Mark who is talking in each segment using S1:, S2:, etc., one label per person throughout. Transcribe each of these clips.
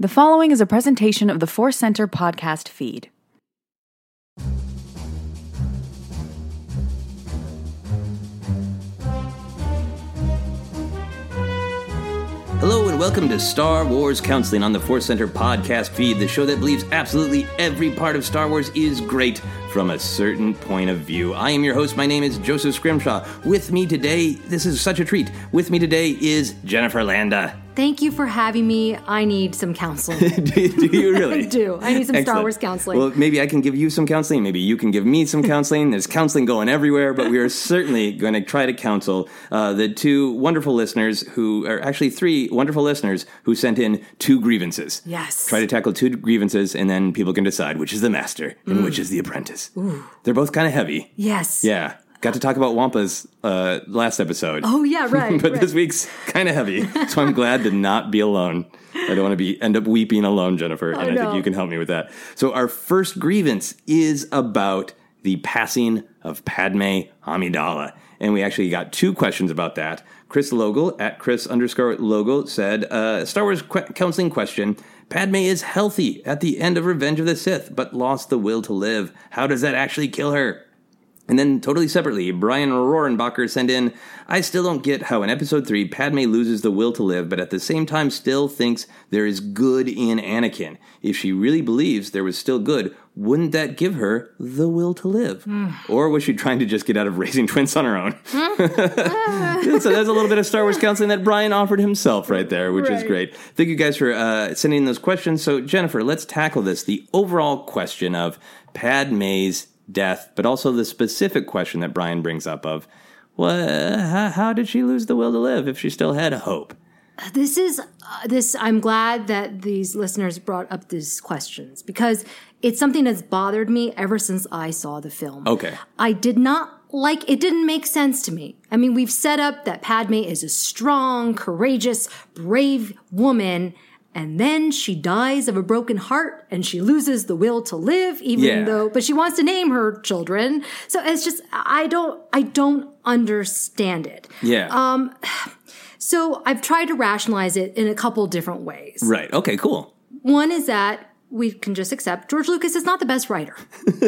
S1: The following is a presentation of the Force Center podcast feed.
S2: Hello and welcome to Star Wars Counseling on the Force Center podcast feed, the show that believes absolutely every part of Star Wars is great from a certain point of view. I am your host. My name is Joseph Scrimshaw. With me today, this is such a treat. With me today is Jennifer Landa.
S3: Thank you for having me. I need some counsel.
S2: do, do you really?
S3: I do. I need some Star
S2: Excellent.
S3: Wars counseling.
S2: Well, maybe I can give you some counseling. Maybe you can give me some counseling. There's counseling going everywhere, but we are certainly going to try to counsel uh, the two wonderful listeners who are actually three wonderful listeners who sent in two grievances.
S3: Yes.
S2: Try to tackle two grievances, and then people can decide which is the master and which is the apprentice. They're both kind of heavy.
S3: Mm. yes.
S2: Yeah. Got to talk about Wampas uh, last episode.
S3: Oh yeah, right.
S2: but
S3: right.
S2: this week's kind of heavy, so I'm glad to not be alone. I don't want to be end up weeping alone, Jennifer, and I think
S3: Oh, no.
S2: you can help me with that. So our first grievance is about the passing of Padme Amidala, and we actually got two questions about that. Chris Logal at Chris underscore Logal said, uh, "Star Wars que- counseling question: Padme is healthy at the end of Revenge of the Sith, but lost the will to live. How does that actually kill her?" And then, totally separately, Brian Rohrenbacher sent in I still don't get how in episode 3 Padme loses the will to live, but at the same time still thinks there is good in Anakin. If she really believes there was still good, wouldn't that give her the will to live? Or was she trying to just get out of raising twins on her own? so there's a little bit of Star Wars counseling that Brian offered himself right there, which is
S3: Right.
S2: great. Thank you guys for uh, sending those questions. So Jennifer, let's tackle this: the overall question of Padme's death, but also the specific question that Brian brings up of, well, how, how did she lose the will to live if she still had hope?
S3: this is uh, this i'm glad that these listeners brought up these questions because it's something that's bothered me ever since i saw the film
S2: Okay.
S3: i did not like it didn't make sense to me i mean we've set up that padme is a strong courageous brave woman and then she dies of a broken heart and she loses the will to live even
S2: Yeah.
S3: though but she wants to name her children so it's just i don't i don't understand it
S2: Yeah.
S3: um, so I've tried to rationalize it in a couple different ways.
S2: right. Okay. Cool.
S3: One is that we can just accept George Lucas is not the best writer.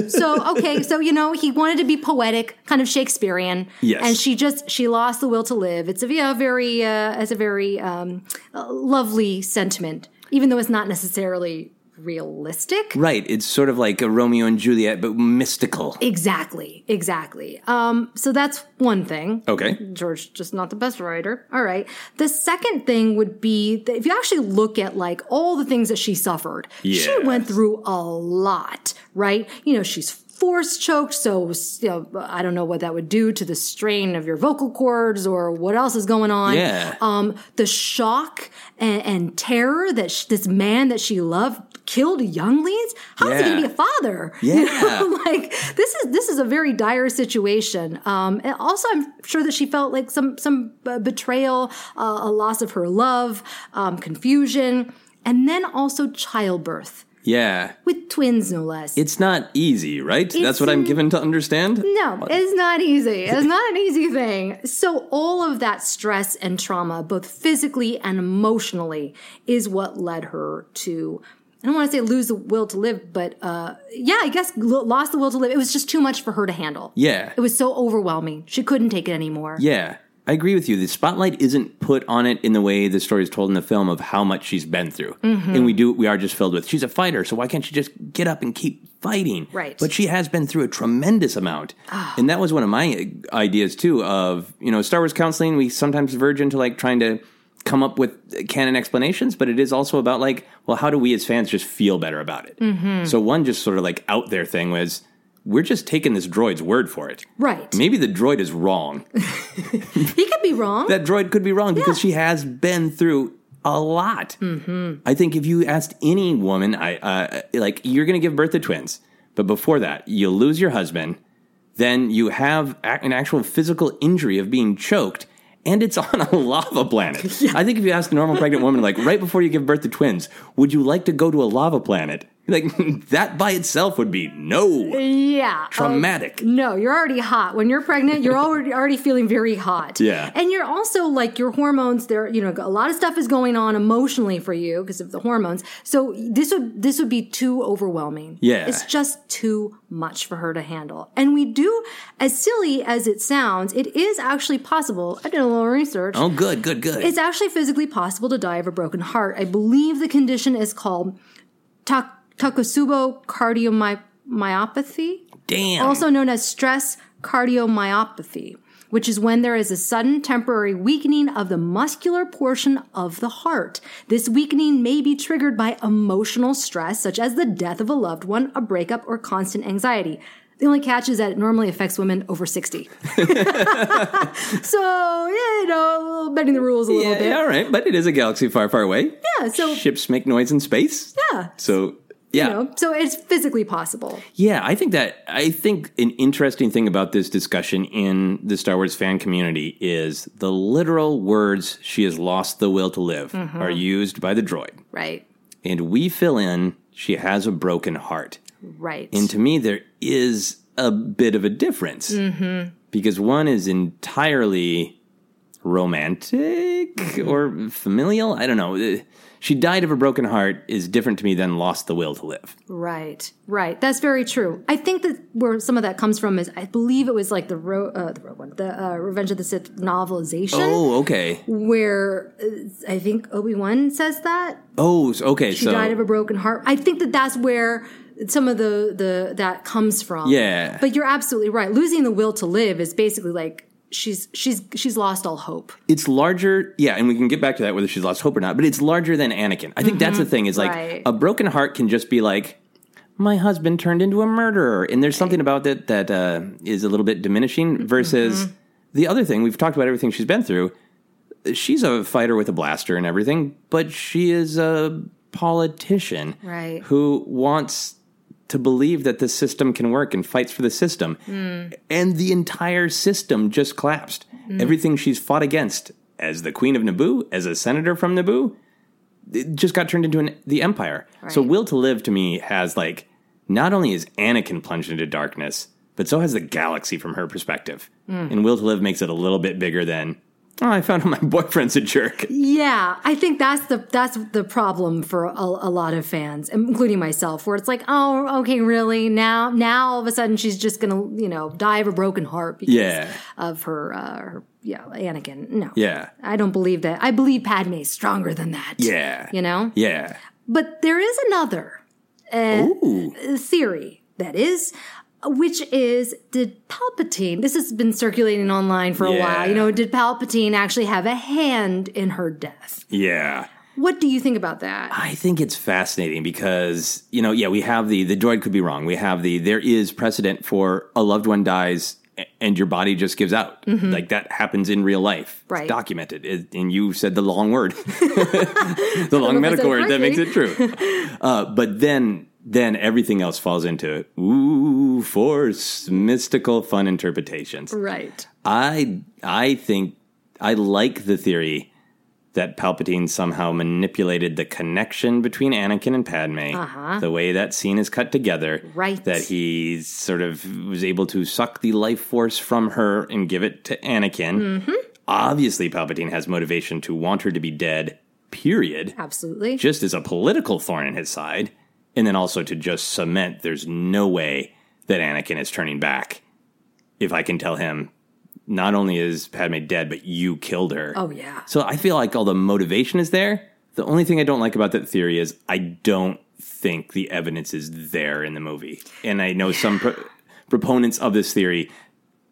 S3: so okay, so you know he wanted to be poetic, kind of Shakespearean.
S2: Yes.
S3: And she just she lost the will to live. It's a yeah, very uh, it's a very um, uh, lovely sentiment, even though it's not necessarily realistic.
S2: Right. It's sort of like a Romeo and Juliet, but mystical.
S3: Exactly, exactly. Um, so that's one thing.
S2: Okay.
S3: George just not the best writer. All right. The second thing would be that if you actually look at like all the things that she suffered, she
S2: Yes.
S3: went through a lot, right? You know, she's force choked, so you know, I don't know what that would do to the strain of your vocal cords or what else is going on.
S2: Yeah.
S3: Um, the shock and, and terror that sh- this man that she loved killed younglings. How is he going
S2: Yeah.
S3: to be a father?
S2: Yeah.
S3: like this is this is a very dire situation. Um, and also, I'm sure that she felt like some some uh, betrayal, uh, a loss of her love, um, confusion, and then also childbirth
S2: Yeah.
S3: with twins, no less.
S2: It's not easy, right? That's what I'm given to understand.
S3: no, it's not easy. It's not an easy thing. So all of that stress and trauma, both physically and emotionally, is what led her to. I don't want to say lose the will to live, but uh, yeah, I guess lo- lost the will to live. It was just too much for her to handle.
S2: Yeah.
S3: It was so overwhelming. She couldn't take it anymore.
S2: Yeah, I agree with you. The spotlight isn't put on it in the way the story is told in the film of how much she's been through, and we do we are just filled with she's a fighter, so why can't she just get up and keep fighting?
S3: Right.
S2: But she has been through a tremendous amount, and that was one of my uh, ideas too. Of you know, Star Wars counseling, we sometimes verge into like trying to come up with canon explanations, but it is also about like, well, how do we as fans just feel better about it? So one just sort of like out there thing was. We're just taking this droid's word for it.
S3: Right.
S2: Maybe the droid is wrong
S3: He could be wrong.
S2: that droid could be wrong because she has been through a lot.
S3: Mm-hmm.
S2: I think if you asked any woman, I uh, like you're going to give birth to twins, but before that, you lose your husband, then you have ac- an actual physical injury of being choked, and it's on a lava planet. I think if you ask a normal pregnant woman, like right before you give birth to twins, would you like to go to a lava planet? Like that by itself would be no
S3: Yeah.
S2: traumatic.
S3: No, you're already hot. When you're pregnant, you're already already feeling very hot.
S2: Yeah.
S3: And you're also like your hormones, there you know, a lot of stuff is going on emotionally for you because of the hormones. So this would this would be too overwhelming.
S2: Yeah.
S3: It's just too much for her to handle. And we do, as silly as it sounds, it is actually possible. I did a little research.
S2: oh, good, good, good.
S3: It's actually physically possible to die of a broken heart. I believe the condition is called tak- Takotsubo cardiomyopathy
S2: Damn.
S3: also known as stress cardiomyopathy, which is when there is a sudden temporary weakening of the muscular portion of the heart. This weakening may be triggered by emotional stress, such as the death of a loved one, a breakup, or constant anxiety. The only catch is that it normally affects women over 60. so, yeah, you know, bending the rules a little
S2: yeah,
S3: bit.
S2: all right, but it is a galaxy far, far away.
S3: Yeah, so,
S2: ships make noise in space.
S3: yeah,
S2: So yeah,
S3: you know, so it's physically possible.
S2: yeah. I think that I think an interesting thing about this discussion in the Star Wars fan community is the literal words "she has lost the will to live" are
S3: Mm-hmm.
S2: used by the droid,
S3: Right,
S2: and we fill in "she has a broken heart."
S3: right.
S2: And to me, there is a bit of a difference
S3: Mm-hmm.
S2: because one is entirely romantic
S3: Mm-hmm.
S2: or familial. I don't know. She died of a broken heart is different to me than lost the will to live.
S3: Right, right. That's very true. I think that where some of that comes from is I believe it was like the Ro- uh, the Rogue One, the uh, Revenge of the Sith novelization,
S2: Oh, okay.
S3: where uh, I think Obi Wan says that
S2: Oh, so- okay.
S3: she
S2: so
S3: died of a broken heart. I think that that's where some of the the that comes from.
S2: Yeah.
S3: But you're absolutely right. Losing the will to live is basically like she's she's she's lost all hope.
S2: it's larger. Yeah, and we can get back to that whether she's lost hope or not. But it's larger than Anakin. I think that's the thing. Is like
S3: Mm-hmm. Right.
S2: a broken heart can just be like. My husband turned into a murderer, and there's something about that that uh, is a little bit
S3: Mm-hmm.
S2: diminishing. Versus the other thing we've talked about, everything she's been through. She's a fighter with a blaster and everything, but she is a politician
S3: Right.
S2: who wants to believe that the system can work and fights for the system. And the entire system just collapsed. Everything she's fought against as the Queen of Naboo, as a senator from Naboo, it just got turned into an, the Empire. So,
S3: Right.
S2: Will to Live to me has like not only is Anakin plunged into darkness, but so has the galaxy from her perspective.
S3: Hmm.
S2: And Will to Live makes it a little bit bigger than, oh, I found out my boyfriend's a jerk.
S3: Yeah, I think that's the that's the problem for a, a lot of fans, including myself, where it's like, oh, okay, really? Now, now all of a sudden she's just gonna, you know, die of a broken heart because
S2: Yeah.
S3: of her, uh, her, yeah, Anakin. No,
S2: Yeah.
S3: I don't believe that. I believe Padme's stronger than that.
S2: Yeah.
S3: you know.
S2: Yeah.
S3: But there is another
S2: Ooh.
S3: theory that is which is did palpatine this has been circulating online for a
S2: Yeah.
S3: while you know did palpatine actually have a hand in her death
S2: Yeah.
S3: what do you think about that
S2: I think it's fascinating because you know, yeah, we have the the droid could be wrong. We have the there is precedent for a loved one dies a- and your body just gives out. Like that happens in real life. It's
S3: Mm-hmm. Right.
S2: documented. It- and you said the long word. the long
S3: know if I
S2: medical
S3: said it
S2: word that makes it true. uh, but then then everything else falls into ooh force mystical fun interpretations.
S3: right
S2: I I think I like the theory that Palpatine somehow manipulated the connection between Anakin and Padme, the way that scene is cut together,
S3: Uh-huh. Right.
S2: That he sort of was able to suck the life force from her and give it to Anakin.
S3: Mm-hmm.
S2: Obviously, Palpatine has motivation to want her to be dead. Period.
S3: Absolutely.
S2: Just as a political thorn in his side, and then also to just cement there's no way that Anakin is turning back. If I can tell him, not only is Padme dead, but you killed her.
S3: oh yeah.
S2: So I feel like all the motivation is there. The only thing I don't like about that theory is I don't think the evidence is there in the movie. And I know some pro- proponents of this theory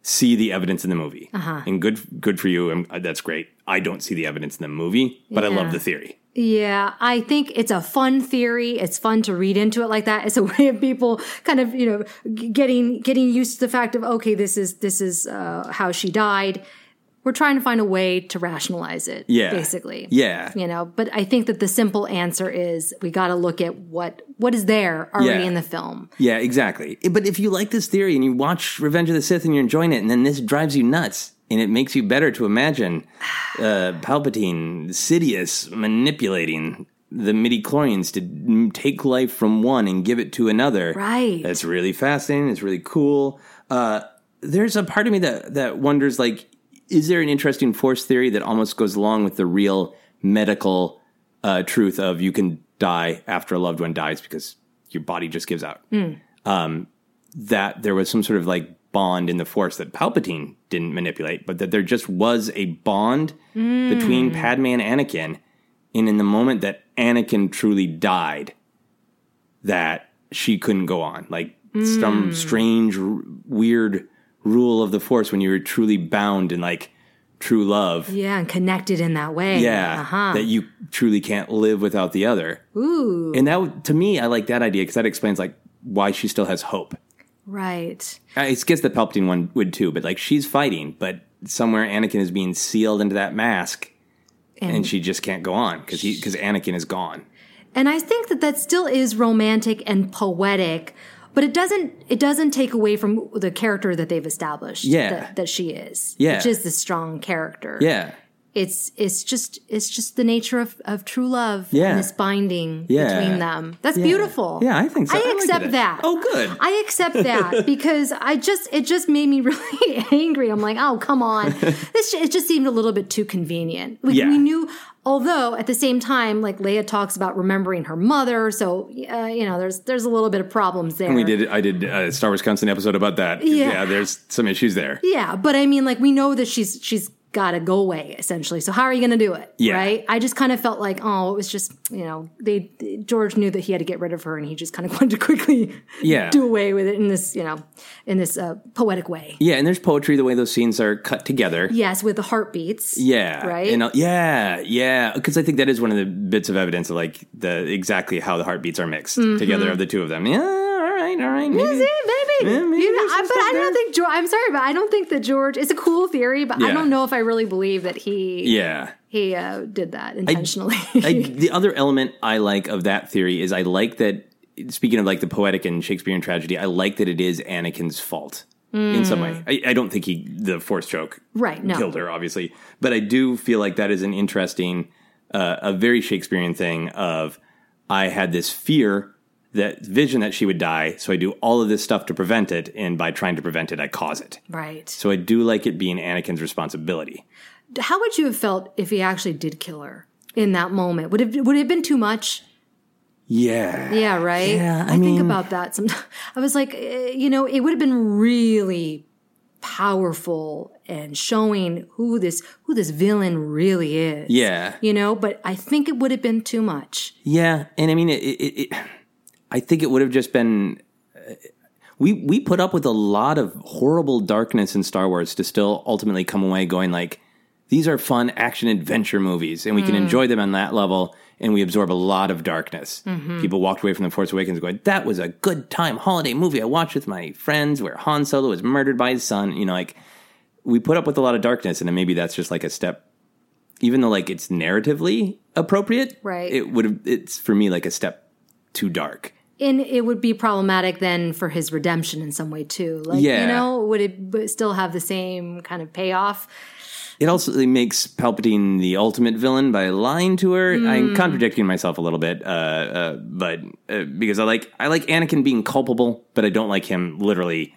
S2: see the evidence in the movie.
S3: Uh-huh.
S2: And good good for you. um, That's great. I don't see the evidence in the movie, but I
S3: Yeah.
S2: love the theory.
S3: Yeah, I think it's a fun theory. It's fun to read into it like that. It's a way of people kind of, you know, g- getting getting used to the fact of okay, this is this is uh, how she died. we're trying to find a way to rationalize it.
S2: Yeah.
S3: Basically.
S2: Yeah.
S3: You know, but I think that the simple answer is we got to look at what what is there already
S2: Yeah.
S3: in the film.
S2: Yeah, exactly. But if you like this theory and you watch Revenge of the Sith and you're enjoying it, and then this drives you nuts and it makes you better to imagine uh, Palpatine, Sidious manipulating the midi-chlorians to m- take life from one and give it to another.
S3: Right.
S2: That's really fascinating. It's really cool. Uh, there's a part of me that, that wonders, like, is there an interesting force theory that almost goes along with the real medical uh, truth of you can die after a loved one dies because your body just gives out? that there was some sort of like bond in the force that Palpatine didn't manipulate, but that there just was a bond between
S3: Hmm.
S2: Padme and Anakin. And in the moment that Anakin truly died, that she couldn't go on. Like
S3: Hmm.
S2: some strange, r- weird rule of the force when you were truly bound in like true love. Yeah.
S3: Yeah, and connected in that way. Uh-huh.
S2: that you truly can't live without the other.
S3: Ooh.
S2: And that, to me, I like that idea because that explains like why she still has hope.
S3: Right.
S2: I guess Uh, the Palpatine one would too, but like she's fighting, but somewhere Anakin is being sealed into that mask, and, she just can't go on because he because Anakin is gone.
S3: and i think that that still is romantic and poetic but it doesn't it doesn't take away from the character that they've established
S2: Yeah.
S3: that, that she is
S2: Yeah.
S3: which is the strong character
S2: Yeah,
S3: it's it's just it's just the nature of, of true love
S2: Yeah.
S3: and this binding
S2: Yeah.
S3: between them that's beautiful
S2: Yeah, I think so.
S3: i,
S2: I like
S3: accept
S2: it.
S3: that
S2: Oh, good.
S3: i accept that because i just it just made me really angry i'm like oh come on this sh- it just seemed a little bit too convenient we,
S2: Yeah.
S3: we knew although at the same time like leia talks about remembering her mother so uh, you know there's there's a little bit of problems there
S2: we did. I did a Star Wars Constant episode about that.
S3: Yeah.
S2: there's some issues there.
S3: Yeah, but I mean, like we know that she's she's got to go away essentially. So how are you going to do it?
S2: Yeah.
S3: Right. I just kind of felt like, oh, it was just you know they George knew that he had to get rid of her, and he just kind of wanted to quickly
S2: Yeah.
S3: do away with it in this you know in this uh, poetic way.
S2: Yeah, and there's poetry the way those scenes are cut together.
S3: Yes, with the heartbeats.
S2: Yeah.
S3: Right?
S2: And, uh, yeah. Yeah. Because I think that is one of the bits of evidence of like the exactly how the heartbeats are mixed
S3: Mm-hmm.
S2: together of the two of them. Yeah. All right. All right. Maybe.
S3: See, maybe.
S2: Yeah, maybe
S3: You know,
S2: there's
S3: I,
S2: some
S3: but
S2: stuff
S3: I don't
S2: there.
S3: think George. I'm sorry, but I don't think that George. It's a cool theory, but I
S2: Yeah.
S3: don't know if I really believe that he
S2: Yeah.
S3: he uh, did that intentionally.
S2: I, the other element I like of that theory is I like that. Speaking of like the poetic and Shakespearean tragedy, I like that it is Anakin's fault in some way. I, I don't think he the force choke
S3: Hmm. Right, no.
S2: killed her, obviously, but I do feel like that is an interesting, uh, a very Shakespearean thing. Of I had this fear that vision that she would die, so I do all of this stuff to prevent it, and by trying to prevent it, I cause it.
S3: right.
S2: So I do like it being Anakin's responsibility.
S3: how would you have felt if he actually did kill her in that moment? Would it would it have been too much?
S2: Yeah.
S3: Yeah, right.
S2: Yeah, I
S3: think
S2: mean-
S3: about that sometimes. I was like, eh, you know, it would have been really powerful and showing who this who this villain really is.
S2: Yeah.
S3: You know, but I think it would have been too much.
S2: Yeah, and I mean, it, it, it, I think it would have just been. uh, We we put up with a lot of horrible darkness in Star Wars to still ultimately come away going like, these are fun action adventure movies, and we can enjoy them on that level, and we absorb a lot of darkness. People walked away from the Force Awakens going, that was a good time holiday movie I watched with my friends, where Han Solo was murdered by his son. You know, like we put up with a lot of darkness, and then maybe that's just like a step. Even though like it's narratively appropriate,
S3: Right.
S2: It would have it's for me like a step too dark.
S3: And it would be problematic then for his redemption in some way too. Like,
S2: Yeah.
S3: you know, would it b- still have the same kind of payoff?
S2: It also it makes Palpatine the ultimate villain by lying to her. I'm contradicting myself a little bit, uh, uh, but uh, because I like I like Anakin being culpable, but I don't like him literally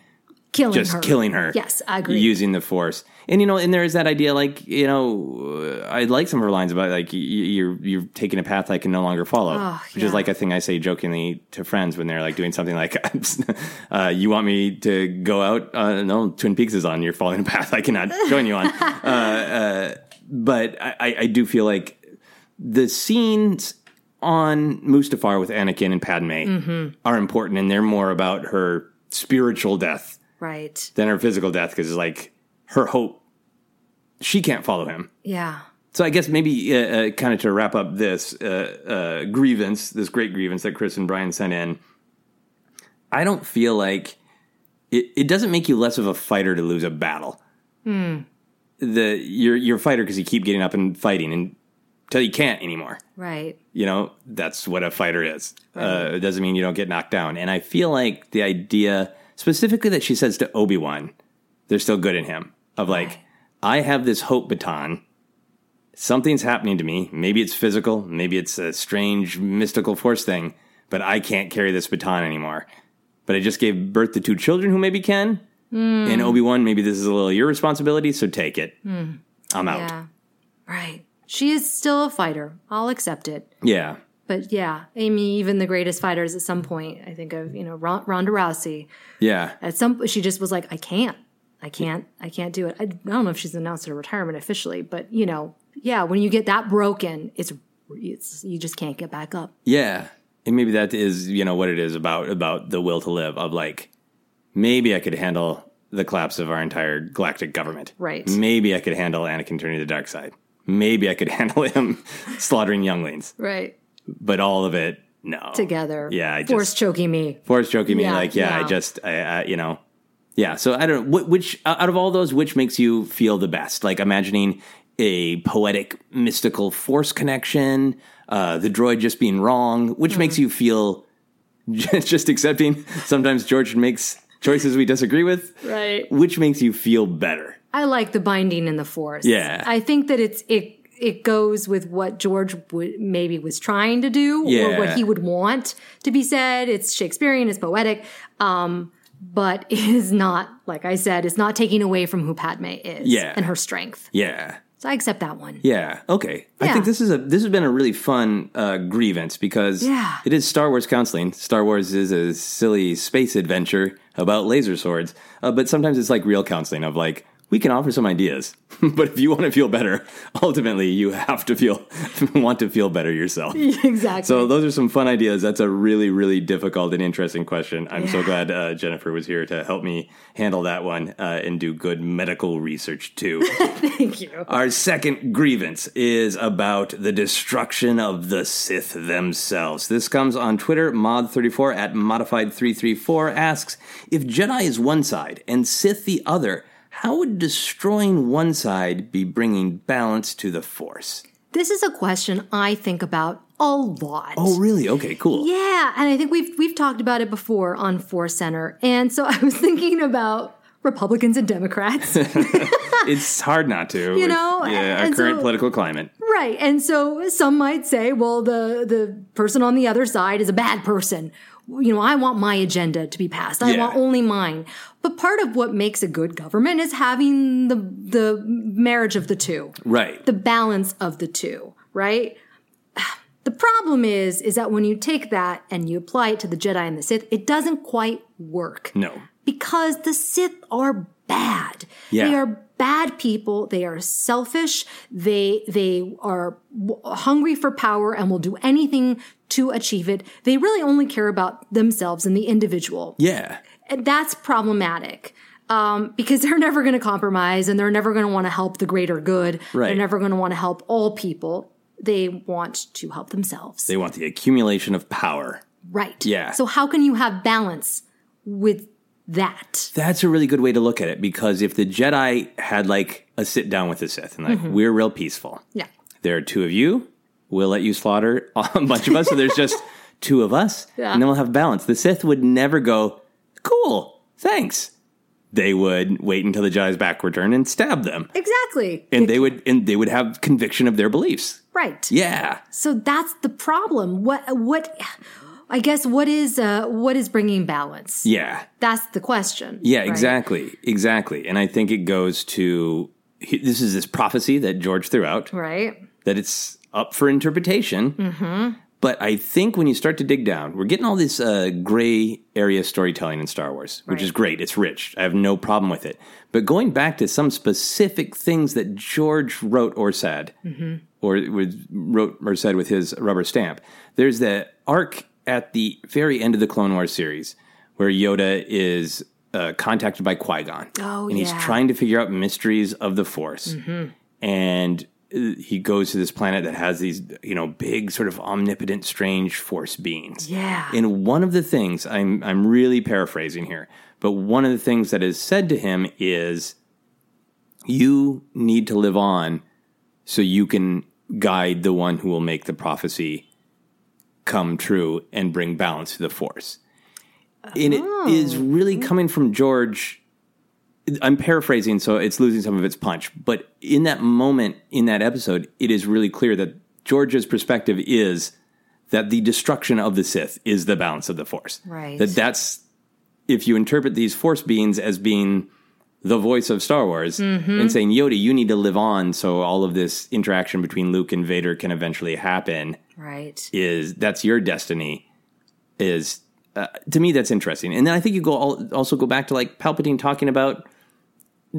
S3: Killing
S2: just
S3: her.
S2: killing her.
S3: Yes, I agree.
S2: Using the force, and you know, and there is that idea, like you know, uh, I like some of her lines about like y- y- you're you're taking a path I can no longer follow,
S3: Ah,
S2: which is like a thing I say jokingly to friends when they're like doing something like, uh, "You want me to go out? Uh, no, Twin Peaks is on. You're following a path I cannot join you on." uh, uh, but I, I, I do feel like the scenes on Mustafar with Anakin and Padme
S3: Mm-hmm.
S2: are important, and they're more about her spiritual death
S3: right.
S2: than her physical death because it's like her hope she can't follow him
S3: Yeah.
S2: so i guess maybe uh, uh, kind of to wrap up this uh, uh, grievance this great grievance that chris and brian sent in i don't feel like it, it doesn't make you less of a fighter to lose a battle the you're you're a fighter because you keep getting up and fighting until you can't anymore.
S3: Right.
S2: You know that's what a fighter is. Uh, it doesn't mean you don't get knocked down. And I feel like the idea, specifically that she says to Obi Wan, "There's still good in him." Of like, I have this hope baton. Something's happening to me. Maybe it's physical. Maybe it's a strange mystical force thing. But I can't carry this baton anymore. But I just gave birth to two children who maybe can. And Obi Wan, maybe this is a little your responsibility, so take it. I'm out.
S3: Yeah. Right. She is still a fighter. I'll accept it.
S2: Yeah.
S3: But yeah, Amy, even the greatest fighters at some point, I think of, you know, Ron- Ronda Rousey.
S2: Yeah.
S3: At some she just was like, I can't. I can't. I can't do it. I, I don't know if she's announced her retirement officially, but you know, yeah, when you get that broken, it's it's you just can't get back up.
S2: Yeah. And maybe that is, you know, what it is about about the will to live of like maybe I could handle the collapse of our entire galactic government.
S3: Right.
S2: Maybe I could handle Anakin turning to the dark side. Maybe I could handle him slaughtering younglings.
S3: Right.
S2: But all of it, no.
S3: Together.
S2: Yeah, I
S3: Force
S2: just-
S3: choking me.
S2: Forrest joking me
S3: Yeah,
S2: like, yeah,
S3: yeah.
S2: I just, I, I, you know, yeah. So I don't know Wh- which out of all those, which makes you feel the best? Like imagining a poetic, mystical force connection, uh, the droid just being wrong, which makes you feel ju- just accepting. Sometimes George makes choices we disagree with,
S3: Right.
S2: which makes you feel better.
S3: I like the binding in the force.
S2: Yeah.
S3: I think that it's it it goes with what George would, maybe was trying to do or
S2: Yeah.
S3: what he would want to be said. It's Shakespearean, it's poetic. Um but it is not, like I said, it's not taking away from who Padme is
S2: Yeah.
S3: and her strength.
S2: Yeah.
S3: So I accept that one.
S2: Yeah. Okay. I
S3: Yeah.
S2: think this is a this has been a really fun uh, grievance because
S3: Yeah.
S2: it is Star Wars counseling. Star Wars is a silly space adventure about laser swords, uh, but sometimes it's like real counseling of like we can offer some ideas, but if you want to feel better, ultimately you have to feel want to feel better yourself.
S3: exactly.
S2: So those are some fun ideas. That's a really, really difficult and interesting question. I'm so glad uh, Jennifer was here to help me handle that one uh, and do good medical research too.
S3: Thank you.
S2: Our second grievance is about the destruction of the Sith themselves. This comes on Twitter, mod34 at modified334 asks If Jedi is one side and Sith the other, how would destroying one side be bringing balance to the Force?
S3: This is a question I think about a lot.
S2: Oh, really? Okay, cool.
S3: Yeah, and I think we've we've talked about it before on Force Center. And so I was thinking about Republicans and Democrats.
S2: It's hard not to. with,
S3: know,
S2: yeah, our
S3: and
S2: current
S3: so-
S2: political climate.
S3: Right. And so some might say, well, the, the person on the other side is a bad person. You know, I want my agenda to be passed. I
S2: Yeah.
S3: want only mine. But part of what makes a good government is having the, the marriage of the two,
S2: Right.
S3: the balance of the two, right? The problem is, is that when you take that and you apply it to the Jedi and the Sith, it doesn't quite work
S2: no.
S3: because the Sith are bad.
S2: Yeah.
S3: They are bad people. They are selfish. They they are w- hungry for power and will do anything to achieve it. They really only care about themselves and the individual.
S2: Yeah.
S3: And that's problematic. Um, because they're never going to compromise and they're never going to want to help the greater good. They're
S2: Right.
S3: never going to want to help all people. They want to help themselves.
S2: They want the accumulation of power.
S3: right.
S2: Yeah.
S3: So how can you have balance with that?
S2: That's a really good way to look at it because if the Jedi had like a sit down with the Sith and like we're real peaceful,
S3: Mm-hmm. Yeah.
S2: there are two of you, we'll let you slaughter a bunch of us. so there's just two of us, and then we'll have balance. The Sith would never go, cool, thanks. They would wait until the Jedi's back were turned and stab them,
S3: Exactly.
S2: and they would and they would have conviction of their beliefs.
S3: Right.
S2: Yeah,
S3: So that's the problem. What what I guess what is uh what is bringing balance?
S2: yeah.
S3: That's the question.
S2: Yeah,
S3: right?
S2: exactly. Exactly. And I think it goes to he- this is this prophecy that George threw out
S3: Right?
S2: that it's up for interpretation.
S3: Mm-hmm.
S2: But I think when you start to dig down, we're getting all this uh, gray area storytelling in Star Wars, which is great. It's rich. I have no problem with it. But going back to some specific things that George wrote or said,
S3: Mm-hmm.
S2: or with, wrote or said with his rubber stamp, there's the arc at the very end of the Clone Wars series where Yoda is uh, contacted by Qui Gon.
S3: Oh,
S2: and he's
S3: yeah. Mm-hmm.
S2: trying to figure out mysteries of the Force and uh, he goes to this planet that has these you know big sort of omnipotent strange force beings
S3: Yeah.
S2: and one of the things i'm i'm really paraphrasing here but one of the things that is said to him is You need to live on so you can guide the one who will make the prophecy come true and bring balance to the force. And it is really coming from George. I'm paraphrasing, so it's losing some of its punch. But in that moment, in that episode, it is really clear that George's perspective is that the destruction of the Sith is the balance of the force.
S3: Right.
S2: That that's if you interpret these force beings as being the voice of Star Wars and saying, Yoda, you need to live on so all of this interaction between Luke and Vader can eventually happen
S3: Right.
S2: is that's your destiny is uh, to me that's interesting and then i think you go all, also go back to like palpatine talking about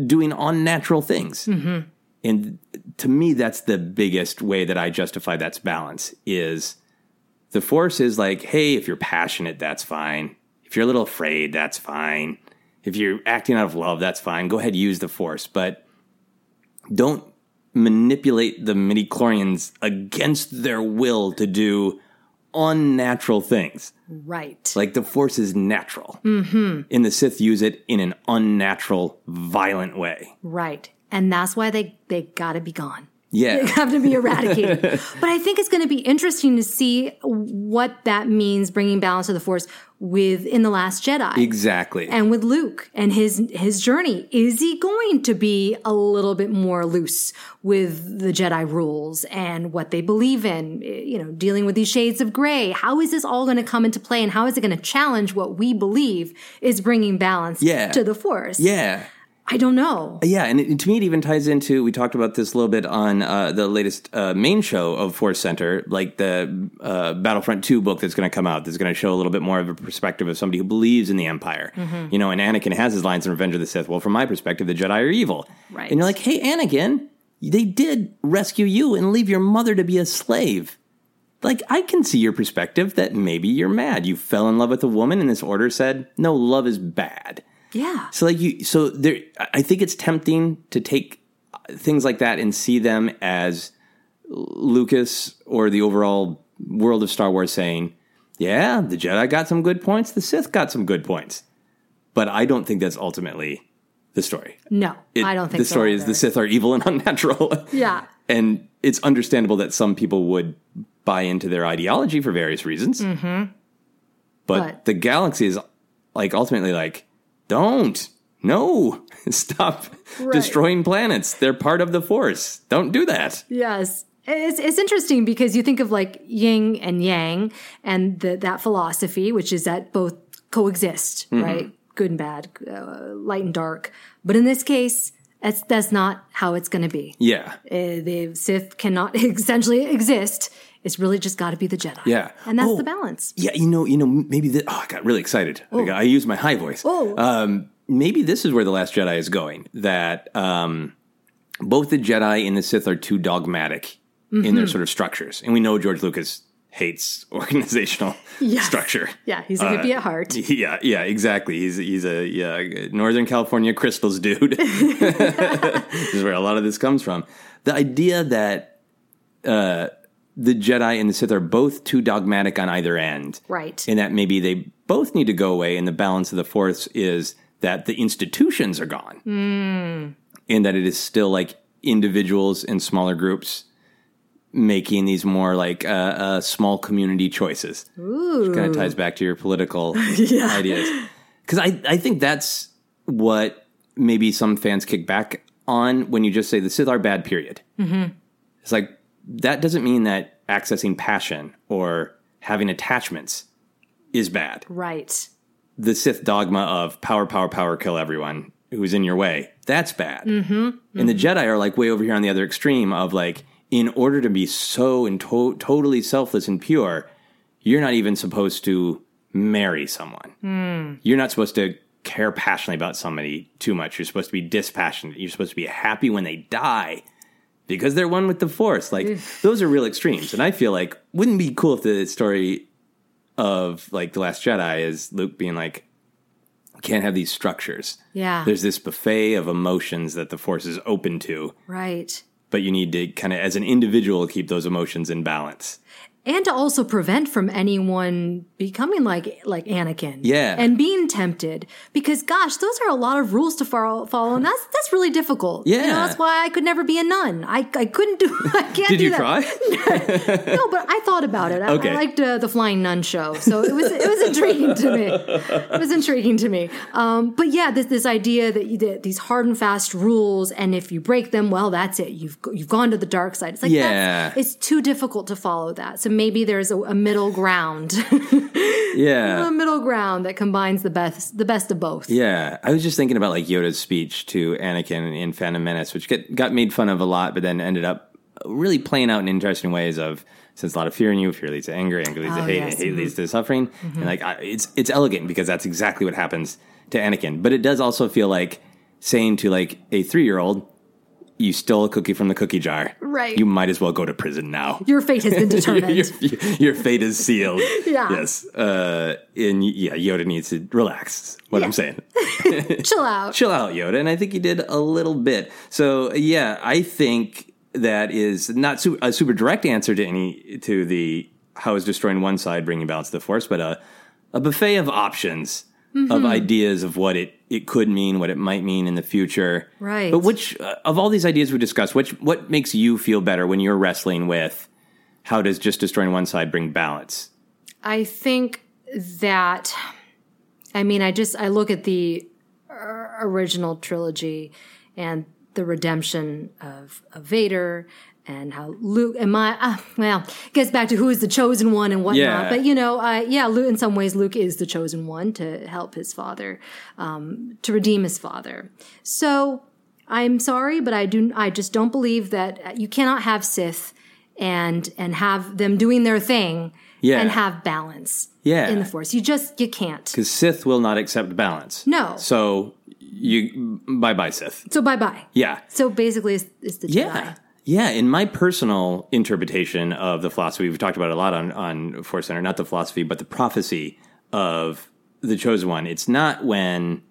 S2: doing unnatural things and to me that's the biggest way that i justify that's balance is the force is like hey if you're passionate that's fine if you're a little afraid that's fine if you're acting out of love that's fine go ahead use the force but don't manipulate the midichlorians against their will to do unnatural things.
S3: Right.
S2: Like the force is natural. Mm-hmm. And the Sith use it in an unnatural, violent way.
S3: Right. And that's why they they got to be gone.
S2: Yeah.
S3: have to be eradicated. but I think it's going to be interesting to see what that means bringing balance to the force with in the last Jedi.
S2: exactly.
S3: and with Luke and his his journey, is he going to be a little bit more loose with the Jedi rules and what they believe in? You know, dealing with these shades of gray. How is this all going to come into play, and how is it going to challenge what we believe is bringing balance
S2: Yeah.
S3: to the Force?
S2: yeah.
S3: I don't know.
S2: Yeah, and it, to me, it even ties into we talked about this a little bit on uh, the latest uh, main show of Force Center, like the uh, Battlefront Two book that's going to come out. That's going to show a little bit more of a perspective of somebody who believes in the Empire. You know, and Anakin has his lines in Revenge of the Sith. Well, from my perspective, the Jedi are evil,
S3: Right.
S2: And you're like, hey, Anakin, they did rescue you and leave your mother to be a slave. Like, I can see your perspective that maybe you're mad. You fell in love with a woman, and this order said, no, love is bad.
S3: Yeah,
S2: So like you, so there. I I think it's tempting to take things like that and see them as Lucas or the overall world of Star Wars saying, "Yeah, the Jedi got some good points, the Sith got some good points," but I don't think that's ultimately the story.
S3: no,
S2: It-
S3: I don't think
S2: the
S3: so
S2: story is
S3: either.
S2: the Sith are evil and unnatural.
S3: Yeah.
S2: and it's understandable that some people would buy into their ideology for various reasons. Mm-hmm. But,
S3: But-
S2: the galaxy is like ultimately like, don't no stop destroying planets. They're part of the Force. Don't do that.
S3: Yes. It's, it's interesting because you think of like yin and yang and the, that philosophy, which is that both coexist, right? Good and bad, uh, light and dark. But in this case, that's, that's not how it's going to be.
S2: Yeah,
S3: Uh, the Sith cannot essentially exist. It's really just got to be the Jedi.
S2: Yeah.
S3: And that's
S2: Oh.
S3: the balance.
S2: yeah. You know, you know. Maybe this, oh, I got really excited. I, got- I used my high voice.
S3: Oh.
S2: Um, maybe this is where the Last Jedi is going. That um, both the Jedi and the Sith are too dogmatic in
S3: Mm-hmm.
S2: their sort of structures, and we know George Lucas hates organizational
S3: Yes.
S2: structure.
S3: Yeah. He's a hippie at heart.
S2: Yeah, yeah, exactly. He's he's a yeah, Northern California crystals dude. this is where a lot of this comes from. The idea that uh, the Jedi and the Sith are both too dogmatic on either end,
S3: Right.
S2: And that maybe they both need to go away. And the balance of the Force is that the institutions are gone, and that it is still like individuals and smaller groups making these more like uh, uh, small community choices kind of ties back to your political ideas. Because I, I think that's what maybe some fans kick back on when you just say the Sith are bad, period. Mm-hmm. It's like, that doesn't mean that accessing passion or having attachments is bad.
S3: Right.
S2: The Sith dogma of power, power, power, kill everyone who's in your way, that's bad. Mm-hmm. And the Jedi are like way over here on the other extreme of like, in order to be so and to- totally selfless and pure, you're not even supposed to marry someone.
S3: Hmm.
S2: You're not supposed to care passionately about somebody too much. You're supposed to be dispassionate. You're supposed to be happy when they die because they're one with the force. Like those are real extremes. And I feel like wouldn't it be cool if the story of like The Last Jedi is Luke being like, "We can't have these structures.
S3: Yeah.
S2: There's this buffet of emotions that the force is open to,
S3: Right.
S2: but you need to kind of as an individual keep those emotions in balance.
S3: and to also prevent from anyone becoming like like Anakin.
S2: Yeah.
S3: and being tempted because gosh, those are a lot of rules to follow, follow and that's that's really difficult. You know,
S2: Yeah.
S3: that's why I could never be a nun. I I couldn't do. I can't.
S2: Did
S3: do
S2: you
S3: that.
S2: try?
S3: No, but I thought about it. I,
S2: Okay.
S3: I liked uh, the Flying Nun show, so it was it was intriguing to me. It was intriguing to me. Um, but yeah, this this idea that, you, that these hard and fast rules, and if you break them, well, that's it. You've go- you've gone to the dark side. It's like
S2: Yeah.
S3: that's, it's too difficult to follow that. So maybe there's a, a middle ground, a
S2: yeah.
S3: middle ground that combines the best the best of both.
S2: Yeah, I was just thinking about like Yoda's speech to Anakin in Phantom Menace, which get, got made fun of a lot, but then ended up really playing out in interesting ways. Of since a lot of fear in you, fear leads to anger, anger leads to hate,
S3: Oh, yes, mm-hmm.
S2: hate leads to suffering, and like I, it's it's elegant because that's exactly what happens to Anakin. But it does also feel like saying to like a three year old, "You stole a cookie from the cookie jar,
S3: Right.
S2: You might as well go to prison now."
S3: Your fate has been determined.
S2: your, your fate is sealed.
S3: Yeah.
S2: Yes. Uh, and yeah, Yoda needs to relax. What I'm saying.
S3: Chill out.
S2: Chill out, Yoda. And I think he did a little bit. So yeah, I think that is not su- a super direct answer to any to the how is destroying one side bringing balance to the force, but a a buffet of options of
S3: Mm-hmm.
S2: ideas of what it it could mean, what it might mean in the future.
S3: Right.
S2: But which uh, of all these ideas we discussed, which what makes you feel better when you're wrestling with how does just destroying one side bring balance?
S3: I think that, I mean, I just, I look at the or- original trilogy and the redemption of, of Vader and how Luke, am I, uh, well, it gets back to who is the chosen one and whatnot.
S2: Yeah.
S3: But, you know, uh, yeah, Luke, in some ways, Luke is the chosen one to help his father, um, to redeem his father. So I'm sorry, but I do, I just don't believe that uh, you cannot have Sith and, and have them doing their thing
S2: Yeah.
S3: and have balance
S2: Yeah.
S3: in the force. You just you can't.
S2: Because Sith will not accept balance.
S3: No.
S2: So you bye bye Sith.
S3: So bye bye.
S2: Yeah.
S3: So basically, it's, it's the
S2: Yeah.
S3: Jedi.
S2: Yeah. In my personal interpretation of the philosophy, we've talked about it a lot on, on Force Center, not the philosophy, but the prophecy of the chosen one. It's not when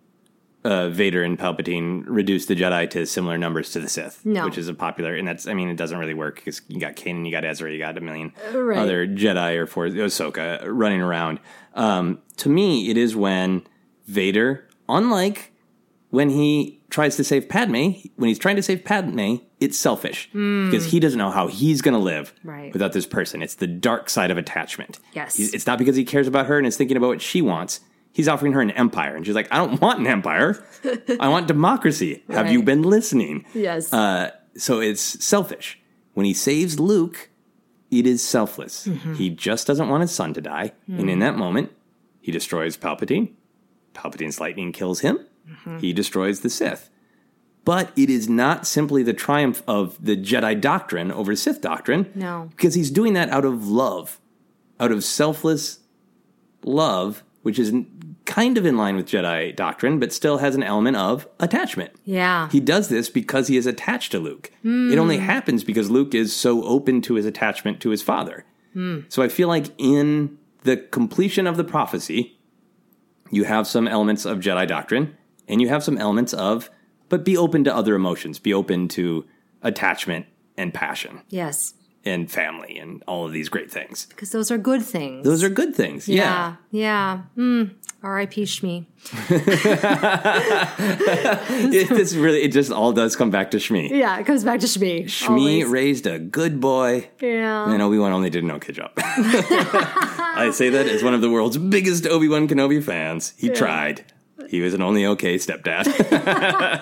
S2: uh, Vader and Palpatine reduce the Jedi to similar numbers to the Sith,
S3: No.
S2: which is a popular, and that's, I mean, it doesn't really work because you got Kanan, you got Ezra, you got a million
S3: Uh, right.
S2: other Jedi or Force, Ahsoka uh, running around. Um, to me, it is when Vader, unlike when he tries to save Padme, when he's trying to save Padme, it's selfish because he doesn't know how he's going to live
S3: Right.
S2: without this person. It's the dark side of attachment.
S3: Yes.
S2: He's- it's not because he cares about her and is thinking about what she wants. He's offering her an empire, and she's like, "I don't want an empire. I want democracy." Have you
S3: Right.
S2: been listening?
S3: Yes.
S2: Uh, so it's selfish. When he saves Luke, it is selfless.
S3: Mm-hmm.
S2: He just doesn't want his son to die.
S3: Hmm.
S2: And in that moment, he destroys Palpatine. Palpatine's lightning kills him.
S3: Mm-hmm.
S2: He destroys the Sith. But it is not simply the triumph of the Jedi doctrine over Sith doctrine.
S3: No.
S2: Because he's doing that out of love, out of selfless love, which is n- kind of in line with Jedi doctrine, but still has an element of attachment.
S3: yeah.
S2: He does this because he is attached to Luke. It only happens because Luke is so open to his attachment to his father. So I feel like in the completion of the prophecy, you have some elements of Jedi doctrine and you have some elements of, but be open to other emotions, be open to attachment and passion
S3: yes.
S2: and family and all of these great things.
S3: Because those are good things.
S2: Those are good things. Yeah.
S3: Yeah. Yeah. Mm. R.I.P. Shmi.
S2: it, this really, it just all does come back to Shmi.
S3: Yeah. It comes back to Shmi.
S2: Shmi
S3: Always.
S2: raised a good boy.
S3: Yeah.
S2: And Obi Wan only did an okay job. I say that as one of the world's biggest Obi Wan Kenobi fans. He tried. He was an only okay stepdad.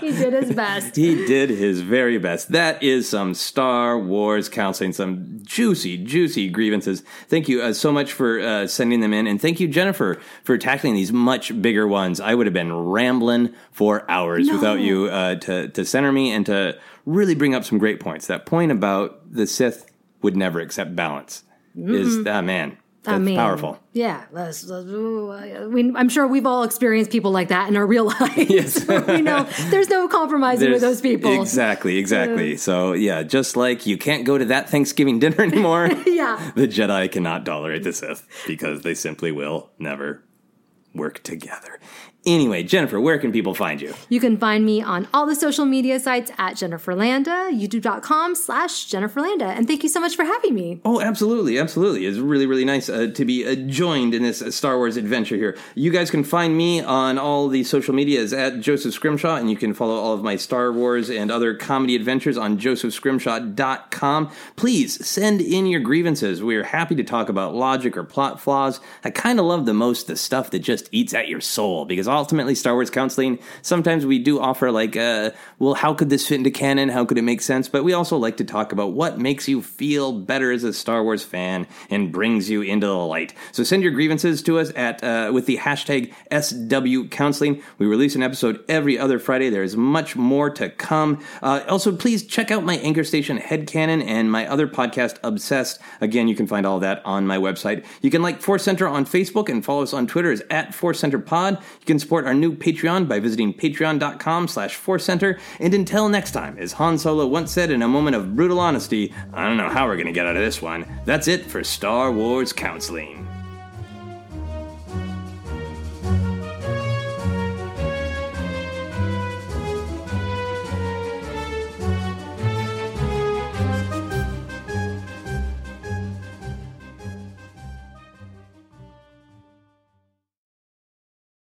S3: He did his best.
S2: he did his very best. That is some Star Wars counseling, some juicy, juicy grievances. Thank you uh, so much for uh, sending them in. And thank you, Jennifer, for tackling these much bigger ones. I would have been rambling for hours without you uh, to, to center me and to really bring up some great points. That point about the Sith would never accept balance is, ah, man, that's
S3: mean,
S2: powerful.
S3: Yeah. That's- that's- ooh, I- we- I'm sure we've all experienced people like that in our real lives. we know there's no compromising with
S2: There's-
S3: those people. Uh.
S2: Exactly, exactly. So yeah, just like you can't go to that Thanksgiving dinner anymore.
S3: Yeah.
S2: The Jedi cannot tolerate the Sith because they simply will never work together. Anyway, Jennifer, where can people find you?
S3: You can find me on all the social media sites at Jennifer Landa, youtube.com slash Jennifer Landa. And thank you so much for having me.
S2: Oh, absolutely, absolutely. It's really, really nice uh, to be uh, joined in this uh, Star Wars adventure here. You guys can find me on all the social medias at Joseph Scrimshaw, and you can follow all of my Star Wars and other comedy adventures on josephscrimshaw.com. Please send in your grievances. We are happy to talk about logic or plot flaws. I kind of love the most the stuff that just eats at your soul, because ultimately, Star Wars counseling, sometimes we do offer, like, uh, well, how could this fit into canon? How could it make sense? But we also like to talk about what makes you feel better as a Star Wars fan and brings you into the light. So send your grievances to us at uh, with the hashtag SW Counseling. We release an episode every other Friday. There is much more to come. Uh, also, please check out my anchor station Headcanon and my other podcast Obsessed. Again, you can find all that on my website. You can like Force Center on Facebook and follow us on Twitter as at Force Center Pod. You can support our new Patreon by visiting patreon.com slash Force Center. And until next time, as Han Solo once said in a moment of brutal honesty, I don't know how we're going to get out of this one. That's it for Star Wars Counseling.